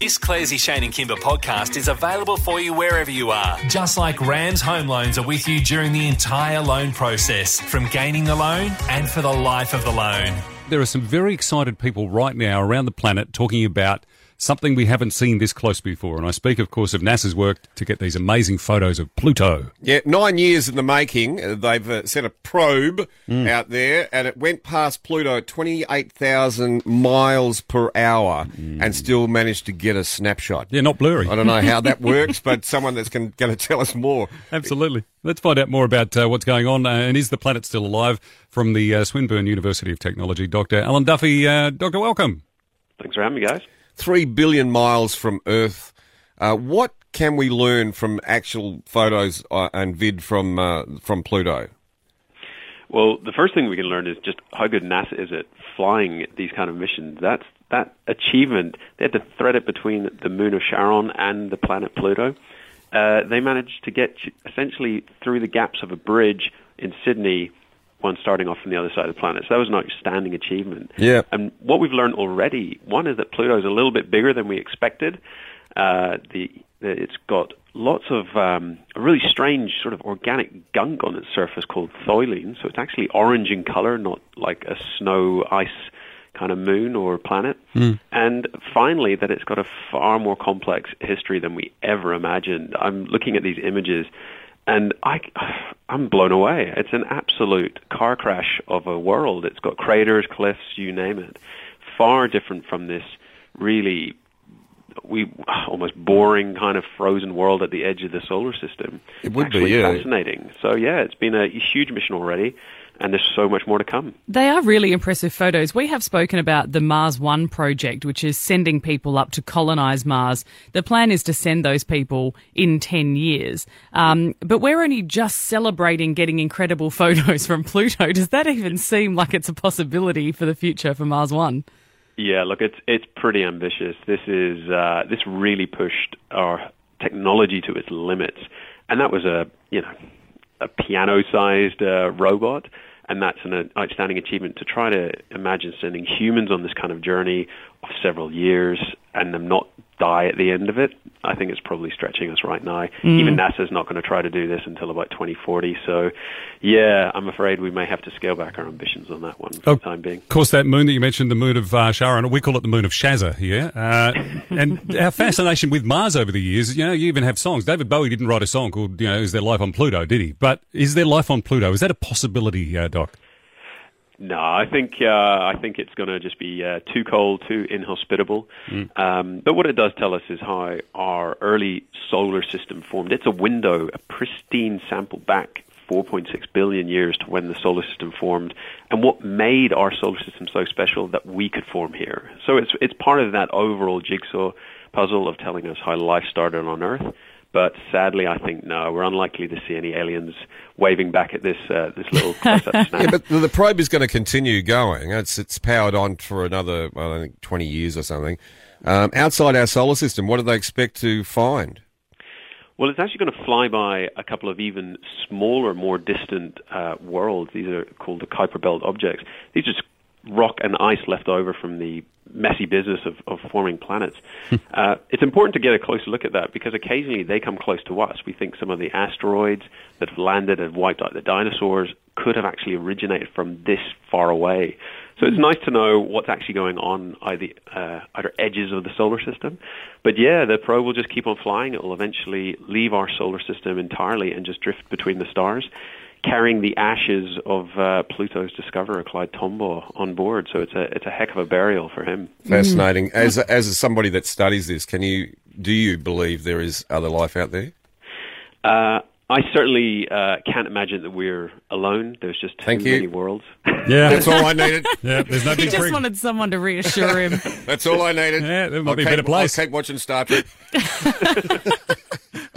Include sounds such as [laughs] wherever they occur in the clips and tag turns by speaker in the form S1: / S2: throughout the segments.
S1: This Clarsey, Shane and Kimber podcast is available for you wherever you are. Just like Rams Home Loans are with you during the entire loan process, from gaining the loan and for the life of the loan.
S2: There are some very excited people right now around the planet talking about something we haven't seen this close before. And I speak, of course, of NASA's work to get these amazing photos of Pluto.
S3: Yeah, nine years in the making. Uh, They've uh, sent a probe out there, and it went past Pluto at 28,000 miles per hour and still managed to get a snapshot.
S2: Yeah, not blurry.
S3: I don't know how that works, but someone that's going to tell us more.
S2: Absolutely. Let's find out more about uh, what's going on uh, and is the planet still alive from the uh, Swinburne University of Technology. Dr. Alan Duffy, uh, Doctor, welcome.
S4: Thanks for having me, guys.
S3: Three billion miles from Earth. Uh, what can we learn from actual photos uh, and vid from uh, from Pluto?
S4: Well, the first thing we can learn is just how good NASA is at flying these kind of missions. That's that achievement. They had to thread it between the moon of Charon and the planet Pluto. Uh, they managed to get essentially through the gaps of a bridge in Sydney, one starting off from the other side of the planet. So that was an outstanding achievement.
S3: Yeah.
S4: And what we've learned already, one is that Pluto's a little bit bigger than we expected. Uh, the, the it's got lots of um, a really strange sort of organic gunk on its surface called thoylene. So it's actually orange in color, not like a snow ice kind of moon or planet. And finally, that it's got a far more complex history than we ever imagined. I'm looking at these images. And I, I'm blown away. It's an absolute car crash of a world. It's got craters, cliffs, you name it. Far different from this really we almost boring kind of frozen world at the edge of the solar system.
S3: It would be,
S4: Actually
S3: yeah.
S4: fascinating. So yeah, it's been a huge mission already, and there's so much more to come.
S5: They are really impressive photos. We have spoken about the Mars One project, which is sending people up to colonize Mars. The plan is to send those people in 10 years. Um, but we're only just celebrating getting incredible [laughs] photos from Pluto. Does that even seem like it's a possibility for the future for Mars One?
S4: Yeah, look, it's it's pretty ambitious. This is uh, this really pushed our technology to its limits, and that was a you know a piano-sized uh, robot, and that's an outstanding achievement to try to imagine sending humans on this kind of journey of several years and them not die at the end of it. I think it's probably stretching us right now. Even NASA's not going to try to do this until about 2040. So, yeah, I'm afraid we may have to scale back our ambitions on that one for the time being.
S2: Of course, that moon that you mentioned, the moon of uh, Charon, we call it the moon of Shazza here. Uh, and our fascination with Mars over the years, you know, you even have songs. David Bowie didn't write a song called, you know, Is There Life on Pluto, did he? But is there life on Pluto? Is that a possibility, uh, Doc?
S4: No, I think uh, I think it's going to just be uh, too cold, too inhospitable. Um, but what it does tell us is how our early solar system formed. It's a window, a pristine sample back 4.6 billion years to when the solar system formed, and what made our solar system so special that we could form here. So it's it's part of that overall jigsaw puzzle of telling us how life started on Earth. But sadly, I think no, we're unlikely to see any aliens waving back at this uh, this little close-up snap.
S3: yeah, but the the probe is going to continue going. It's it's powered on for another, well, I think, twenty years or something. Um, outside our solar system, what do they expect to find?
S4: Well, it's actually going to fly by a couple of even smaller, more distant uh, worlds. These are called the Kuiper Belt objects. These are just rock and ice left over from the messy business of, of forming planets. uh, it's important to get a closer look at that because occasionally they come close to us. We think some of the asteroids that have landed and wiped out the dinosaurs could have actually originated from this far away. So it's nice to know what's actually going on either, uh, either edges of the solar system. But yeah, the probe will just keep on flying. It will eventually leave our solar system entirely and just drift between the stars, carrying the ashes of uh, Pluto's discoverer, Clyde Tombaugh, on board. So it's a, it's a heck of a burial for him.
S3: Fascinating. As as somebody that studies this, can you do you believe there is other life out
S2: [laughs]
S3: there?
S4: Uh, I certainly uh, can't imagine that we're alone. There's just too
S3: Thank you.
S4: many worlds.
S2: Yeah.
S3: That's all I needed.
S2: yeah, Uh, there's no
S5: He
S2: big
S5: just
S2: break.
S5: wanted someone to reassure him.
S3: That's all I needed.
S2: Yeah, there might
S3: I'll
S2: be a
S3: keep-
S2: better place.
S3: I'll keep watching Star Trek.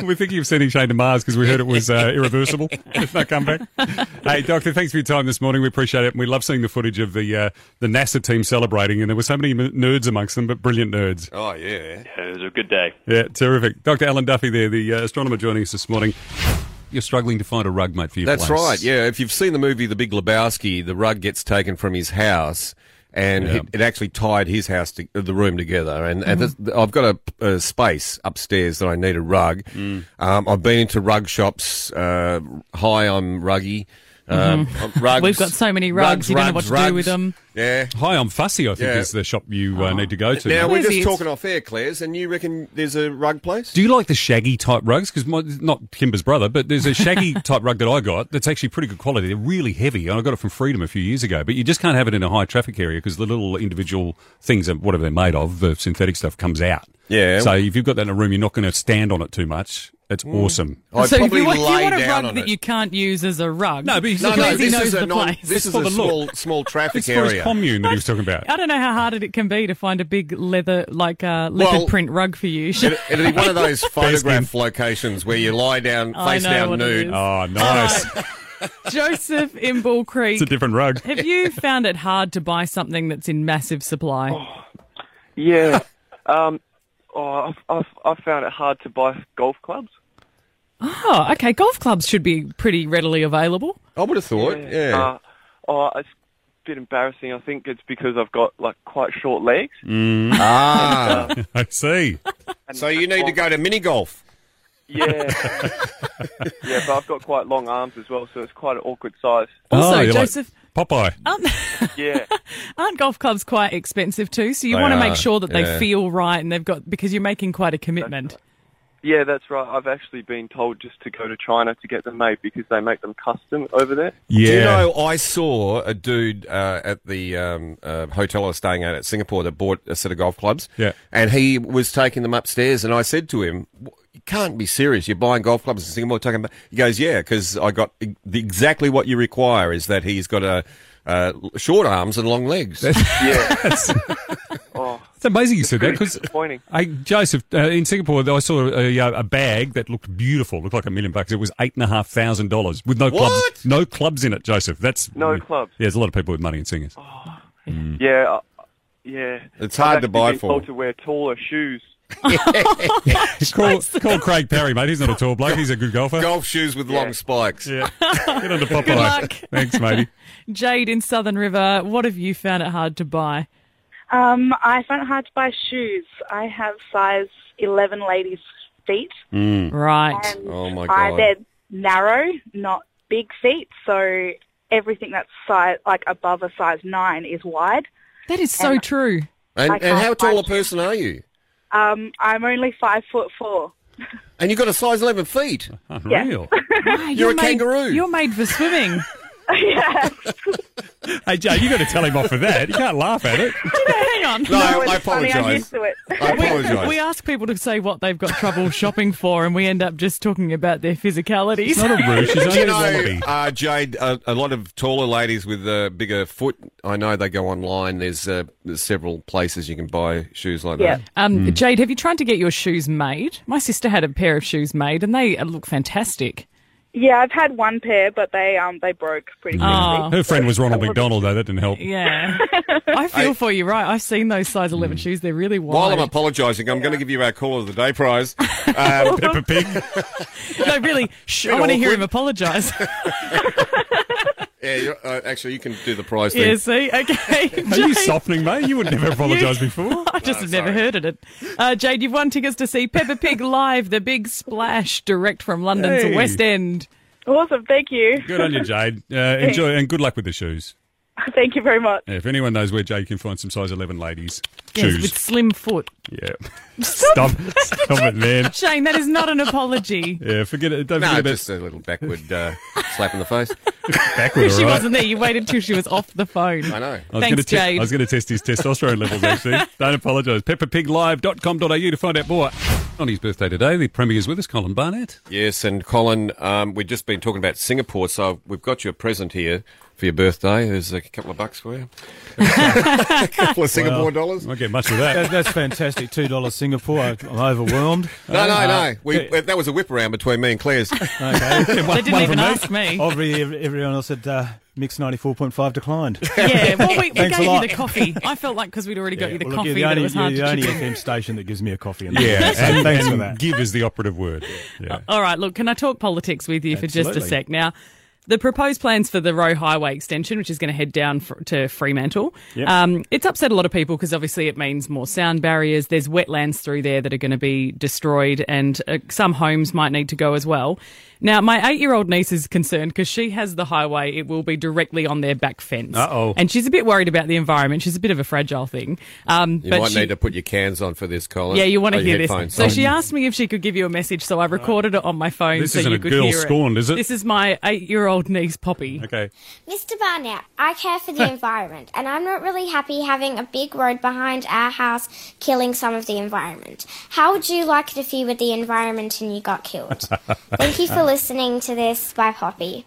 S2: We think you've sent him Shane to Mars because we heard it was
S5: [laughs]
S2: uh, irreversible. There's no comeback. Hey, Doctor, thanks for your time this morning. We appreciate it. And we love seeing the footage of the uh, the NASA team celebrating. And there were so many m- nerds amongst them, but brilliant nerds.
S3: Oh yeah.
S4: [laughs] it was a good day.
S2: Yeah, terrific. Dr. Alan Duffy there, the uh, astronomer joining us this morning. You're struggling to find a rug, mate, for your
S3: That's
S2: place.
S3: right. Yeah, if you've seen the movie The Big Lebowski, the rug gets taken from his house, and it, it actually tied his house to, the room together. And, and
S5: Mm-hmm.
S3: this, I've got a, a space upstairs that I need a rug.
S5: Mm.
S3: Um, I've been into rug shops. Uh, hi, I'm Ruggy. Um, [laughs] rugs,
S5: Mm-hmm. We've got so many rugs, you don't know what to do with them.
S3: Yeah.
S2: Hi, I'm Fussy, I think
S3: Yeah. Uh-huh.
S2: is the shop you uh, need to go to.
S3: Now we're
S5: Lizzie,
S3: just
S5: it's-
S3: talking off air, Claire's, and you reckon there's a rug place?
S2: Do you like the shaggy type rugs? Because not Kimber's brother, but there's a
S3: [laughs]
S2: shaggy type rug that I got that's actually pretty good quality. They're really heavy, and I got it from Freedom a few years ago. But you just can't have it in a high traffic area because the little individual things, that- whatever they're made of, the synthetic stuff comes out.
S3: Yeah. Mm.
S2: So if you've got that in a room, you're not going to stand on it too much. It's awesome.
S3: [laughs] I'd
S5: so if
S3: probably
S5: you want, if you
S3: lay
S5: want a
S3: down
S5: rug
S3: on
S5: that
S3: it.
S5: you can't use as a rug,
S2: No, but he's
S3: no,
S2: looking-
S3: no,
S5: Lizzie
S3: this
S5: knows
S3: is a
S5: the
S3: non,
S5: place.
S3: this is
S2: for
S3: a
S2: the look.
S3: small small traffic
S2: It's for his
S3: area. Oh,
S2: commune that he was talking
S3: [laughs]
S2: about. [laughs]
S5: I don't know how hard it can be to find a big leather, like uh, leopard
S3: Well-
S5: print rug for you.
S3: It, it'll be one
S2: [laughs]
S3: of those photograph
S2: skin.
S3: locations where you lie down,
S5: I
S3: face
S5: know
S3: down
S5: what it
S3: nude.
S5: is.
S2: Oh, nice.
S5: Joseph in Bull Creek,
S2: It's a different rug.
S5: have you found it hard to buy something that's in massive supply?
S6: Yeah. [laughs] um, oh, I've, I've, I've found it hard to buy golf clubs.
S5: Oh, okay. Golf clubs should be pretty readily available.
S3: I would have thought, yeah.
S4: Uh-huh.
S6: Uh, oh, it's a bit embarrassing. I think it's because I've got like quite short legs.
S3: ah,
S2: I see.
S6: And
S3: so you need to go to mini golf.
S6: Yeah. yeah, but I've got quite long arms as well, so it's quite an awkward size.
S5: Also,
S2: Oh, you're like
S5: Joseph,
S2: Popeye.
S6: Yeah.
S5: aren't golf clubs quite expensive too? So you
S3: They
S5: want to
S3: are,
S5: make sure that
S3: yeah.
S5: they feel right and they've got because you're making quite a commitment.
S6: Yeah, that's right. I've actually been told just to go to China to get them made because they make them custom over there.
S2: yeah.
S3: Do you know, I saw a dude uh, at the um, uh, hotel I was staying at at Singapore that bought a set of golf clubs.
S2: Yeah.
S3: And he was taking them upstairs, and I said to him, "W- You can't be serious. You're buying golf clubs in Singapore, taking them. back." He goes, Yeah, because I got e- the- exactly what you require is that he's got a. Uh, short arms and long legs.
S6: Yeah.
S2: It's amazing you said that because
S6: disappointing.
S2: I, Joseph, uh, in Singapore, I saw a, uh, a bag that looked beautiful, looked like a million bucks. It was eight and a half thousand dollars with no
S3: What?
S2: clubs, no clubs in it. Joseph, that's
S6: No clubs.
S2: Yeah, there's a lot of people with money in singers.
S3: Oh,
S6: Yeah. I- Yeah.
S3: It's hard
S6: I've
S3: to
S6: actually
S3: buy
S6: been
S3: for.
S6: told to wear taller shoes.
S2: call, call Craig Perry, mate. He's not a tall bloke. He's a good golfer.
S3: golf shoes with long spikes.
S2: [laughs] Yeah, get on to Popeye.
S5: luck.
S2: Thanks, matey.
S5: Jade in Southern River, what have you found it hard to buy?
S7: Um, I find it hard to buy shoes. I have size 11 ladies' feet.
S3: Hmm.
S5: Right.
S7: And
S3: Oh, my
S7: I,
S3: God.
S7: they're narrow, not big feet. So everything that's size, like above a size 9 is wide.
S5: That is so true.
S3: And,
S7: I
S3: and how
S7: can't
S3: tall a
S7: find-
S3: person are you?
S7: Um, I'm only 5 foot 4.
S3: And you've got a size 11 feet.
S2: Unreal.
S5: Wow,
S3: a
S5: made-
S3: kangaroo.
S5: You're made for swimming. [laughs]
S7: yeah.
S2: hey, Jay, you got to tell him off for that. You can't laugh at it.
S5: Hang on.
S3: No,
S7: It was
S3: I
S7: funny, I'm
S3: apologise.
S7: used to it.
S3: [laughs] I apologise.
S5: We ask people to say what they've got
S2: [laughs]
S5: trouble shopping for, and we end up just talking about their physicality.
S2: It's not a roosh. He's
S3: Do
S2: only
S3: you
S2: a
S3: know,
S2: wallaby.
S3: uh, Jade, uh, a lot of taller ladies with a bigger foot, I know they go online. There's, uh, there's several places you can buy shoes like
S7: Yeah.
S3: that.
S5: [laughs]
S2: Hmm.
S5: Um, Jade, have you tried to get your shoes made? My sister had a pair of shoes made, and they uh, look fantastic.
S7: [laughs] Yeah, I've had one pair, but they um they broke pretty quickly.
S3: Mm.
S5: Oh.
S2: Her friend was Ronald McDonald, though. That didn't help.
S5: Yeah,
S2: [laughs]
S5: I feel for you, right? I've seen those size
S2: Hmm.
S5: eleven shoes; they're really
S3: While
S5: wide.
S3: I'm apologising, I'm going to give you our call of the day [laughs] prize. Um,
S2: Peppa Pig.
S5: [laughs] no,
S2: [laughs]
S5: really, shh, I want to hear
S3: awkward.
S5: him apologise.
S3: yeah, you're, uh, actually, you can do the prize thing.
S5: yeah, see,
S2: [laughs]
S5: okay.
S2: Are
S5: Jade,
S2: you Oh, softening, mate? You would never apologise
S5: [laughs] You-
S2: before.
S5: I just have never heard of it. Uh, Jade, you've won tickets to see
S2: [laughs]
S5: Peppa Pig live, the big splash, direct from London's
S2: Hey.
S5: West End.
S7: Awesome, thank you.
S2: Good on you,
S5: [laughs]
S2: Jade. Uh, enjoy and good luck with the shoes.
S7: [laughs] Thank you very much.
S2: Yeah, if anyone knows where Jade can find some size 11 ladies,
S5: Yes,
S2: shoes.
S5: with slim foot.
S2: Yeah. [laughs] Stop,
S5: [laughs]
S2: stop it, man.
S5: Shane, that is not an
S8: [laughs]
S5: apology.
S2: Yeah, forget it. Don't
S3: No,
S2: forget
S3: just a little backward uh, slap in the face.
S2: about backward, all
S5: She
S2: right?
S5: wasn't there. You waited till she was off the phone.
S3: I know.
S2: I was
S5: Thanks,
S2: gonna te- I
S5: Jade.
S2: was going to test his testosterone levels,
S5: [laughs]
S2: actually. Don't apologise. PepperPigLive.com.au to find out more. On his birthday today, the Premier's with us, Colin Barnett.
S3: Yes, and Colin, um, we've just been talking about Singapore, so we've got you a present here for your birthday. There's a couple of bucks for you. [laughs] a couple of Singapore dollars.
S2: Won't get much of that.
S8: That, that's fantastic. Two dollars Singapore. I- I'm overwhelmed.
S3: No, no, no. We, [laughs]
S8: Uh-huh. okay.
S3: that was a whip around between me and Claire's.
S8: Okay.
S5: Oh. Uh, They didn't even ask me.
S8: Obviously, ev- everyone else had uh, mix ninety four point five declined.
S5: Yeah, well, we, we
S8: Thanks
S5: gave
S8: a
S5: you
S8: lot.
S5: the coffee. I felt like because we'd already got you the
S8: Well,
S5: coffee,
S8: you're the
S5: that
S8: only,
S5: it was hard
S8: you're the
S5: to
S8: only
S5: chip in.
S8: FM station that gives me a coffee.
S5: [laughs]
S8: And
S2: Yeah,
S8: so
S2: and,
S8: thanks for
S2: and
S8: that.
S5: Uh,
S2: give is the operative word. Yeah.
S5: All right, look, can I talk politics with you for just a
S8: Absolutely.
S5: sec now? the proposed plans for the Roe Highway extension, which is going to head down fr- to Fremantle,
S9: Yep.
S5: um, it's upset a lot of people because obviously it means more sound barriers. There's wetlands through there that are going to be destroyed, and uh, some homes might need to go as well. Now, my eight year old niece is concerned because she has the highway. It will be directly on their back fence.
S2: Uh-oh.
S5: And she's a bit worried about the environment. She's a bit of a fragile thing. Um,
S3: You
S5: but
S3: might
S5: she-
S3: need to put your cans on for this, Colin.
S5: yeah, you want
S3: Oh,
S5: to
S3: your
S5: hear this.
S3: headphones.
S5: So
S3: Sorry.
S5: she asked me if she could give you a message, so I recorded it on my phone
S2: This
S5: so
S2: isn't
S5: you
S2: a
S5: could
S2: girl
S5: hear
S2: scorned,
S5: it.
S2: is it?
S5: This is my eight-year-old niece, Poppy.
S2: Okay.
S10: Mr. Barnett, I care for the environment, and I'm not really happy having a big road behind our house killing some of the environment. How would you like it if you were the environment and you got
S8: [laughs]
S10: killed? Thank you for listening to this by Poppy.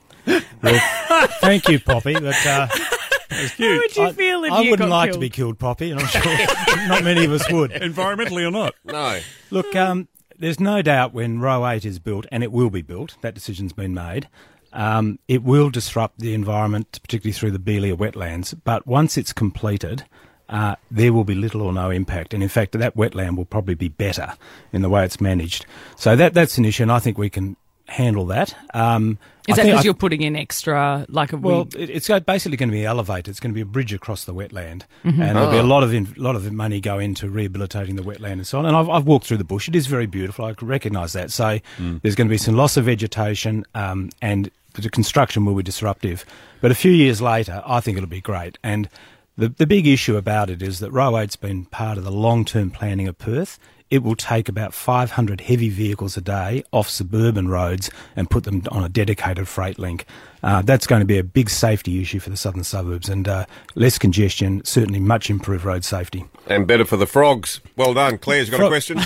S8: Thank you, Poppy. But, uh,
S5: How would you
S8: I,
S5: feel if
S8: I
S5: you
S8: wouldn't
S5: got
S8: like to
S5: killed?
S8: be killed, Poppy, and I'm sure [laughs] not many of us would.
S2: Environmentally or not?
S3: No.
S8: Look, um, there's no doubt when Row 8 is built, and it will be built, that decision's been made, um, it will disrupt the environment, particularly through the Belia wetlands. But once it's completed, uh, there will be little or no impact. And in fact, that wetland will probably be better in the way it's managed. So that that's an issue, and I think we can handle that. Um,
S5: Is
S8: I
S5: that
S8: think-
S5: because
S8: I-
S5: you're putting in extra, like a
S8: well,
S5: well,
S8: it, it's go- basically going to be elevated. It's going to be a bridge across the wetland, and there'll be a lot of in, lot of money go into rehabilitating the wetland and so on. And I've, I've walked through the bush; it is very beautiful. I recognise that. So there's going to be some loss of vegetation, um, and the construction will be disruptive. But a few years later, I think it'll be great. And the the big issue about it is that Row 8's been part of the long term planning of Perth. It will take about 500 heavy vehicles a day off suburban roads and put them on a dedicated freight link. Uh, that's going to be a big safety issue for the southern suburbs and uh, less congestion, certainly much improved road safety.
S3: And better for the frogs. Well done. Claire's got a
S8: Frog-
S3: question.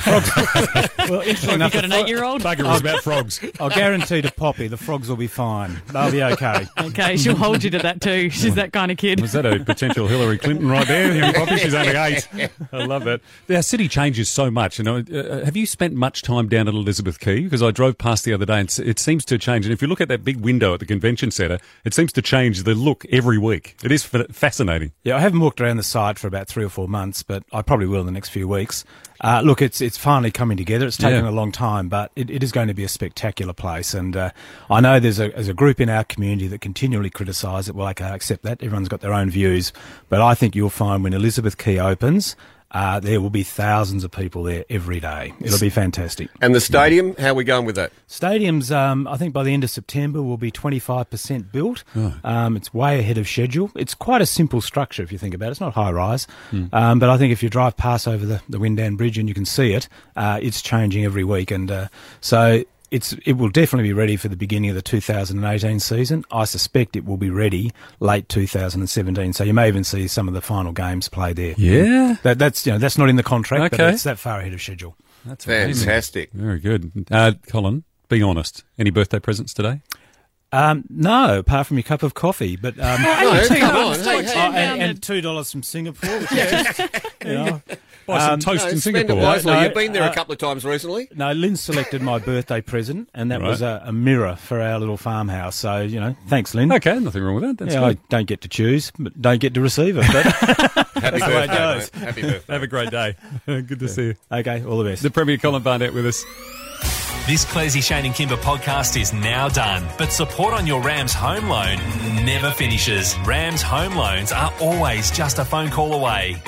S8: Well, interesting
S5: you
S8: enough, [laughs]
S5: got an eight-year-old?
S2: Bugger was about frogs.
S8: I'll guarantee to Poppy the frogs will be fine. They'll be okay.
S5: Okay, she'll hold you to that too. She's that kind of
S2: [laughs]
S5: kid.
S2: Is that a potential Hillary Clinton right there? Hillary Poppy, she's only eight. I love that. Our city changes so much. You know, uh, have you spent much time down at Elizabeth Quay? Because I drove past the other day and s- it seems to change. And if you look at that big window at the convention centre, it seems to change the look every week. It is fa- fascinating.
S8: Yeah, I haven't walked around the site for about three or four months, but I probably will in the next few weeks. Uh, look, it's it's finally coming together. It's taken
S2: Yeah.
S8: a long time, but it, it is going to be a spectacular place. And uh, I know there's a there's a group in our community that continually criticise it. Well, okay, I accept that. Everyone's got their own views, but I think you'll find when Elizabeth Key opens, uh, there will be thousands of people there every day. It'll be fantastic.
S3: and the stadium, how are we going with that?
S8: Stadiums, um, I think by the end of September, will be 25% built.
S2: Oh.
S8: Um, it's way ahead of schedule. It's quite a simple structure if you think about it. It's not high rise.
S2: Hmm.
S8: Um, but I think if you drive past over the, the Windan Bridge and you can see it, uh, it's changing every week. And uh, so it's, it will definitely be ready for the beginning of the 2018 season. I suspect it will be ready late 2017. So you may even see some of the final games played there.
S2: Yeah.
S8: That, that's, you know, that's not in the contract,
S2: Okay.
S8: but it's that far ahead of schedule.
S2: That's amazing.
S3: Fantastic.
S2: Very good. Uh, Colin, be honest. Any birthday presents today?
S8: Um, no, apart from your cup of coffee, but um,
S2: [laughs]
S3: No,
S5: two
S3: come
S5: dollars,
S3: on.
S5: take
S3: Hey,
S5: two
S3: hey.
S8: Oh,
S5: dollars.
S8: and,
S5: Yeah.
S8: and two dollars from Singapore. which is just, you know.
S2: Buy some toast
S3: Um, No,
S2: in
S3: spend it
S2: Singapore.
S3: wisely.
S8: No, no,
S3: You've been there a
S8: uh,
S3: couple of times recently.
S8: No, Lynn selected my birthday present, and that was
S2: Right.
S8: a, a mirror for our little farmhouse. So you know, thanks, Lynn.
S2: Okay, nothing wrong with that. That's
S8: Yeah, I
S2: good.
S8: don't get to choose, but don't get to receive it. But, [laughs]
S3: Happy
S8: way it
S3: birthday, mate.
S8: goes.
S3: Happy birthday.
S2: Have a great day. [laughs] good to see you.
S8: okay, all the best.
S2: The Premier Colin Barnett with us.
S1: This Clarsey, Shane and Kimber podcast is now done, but support on your Rams home loan never finishes. Rams home loans are always just a phone call away.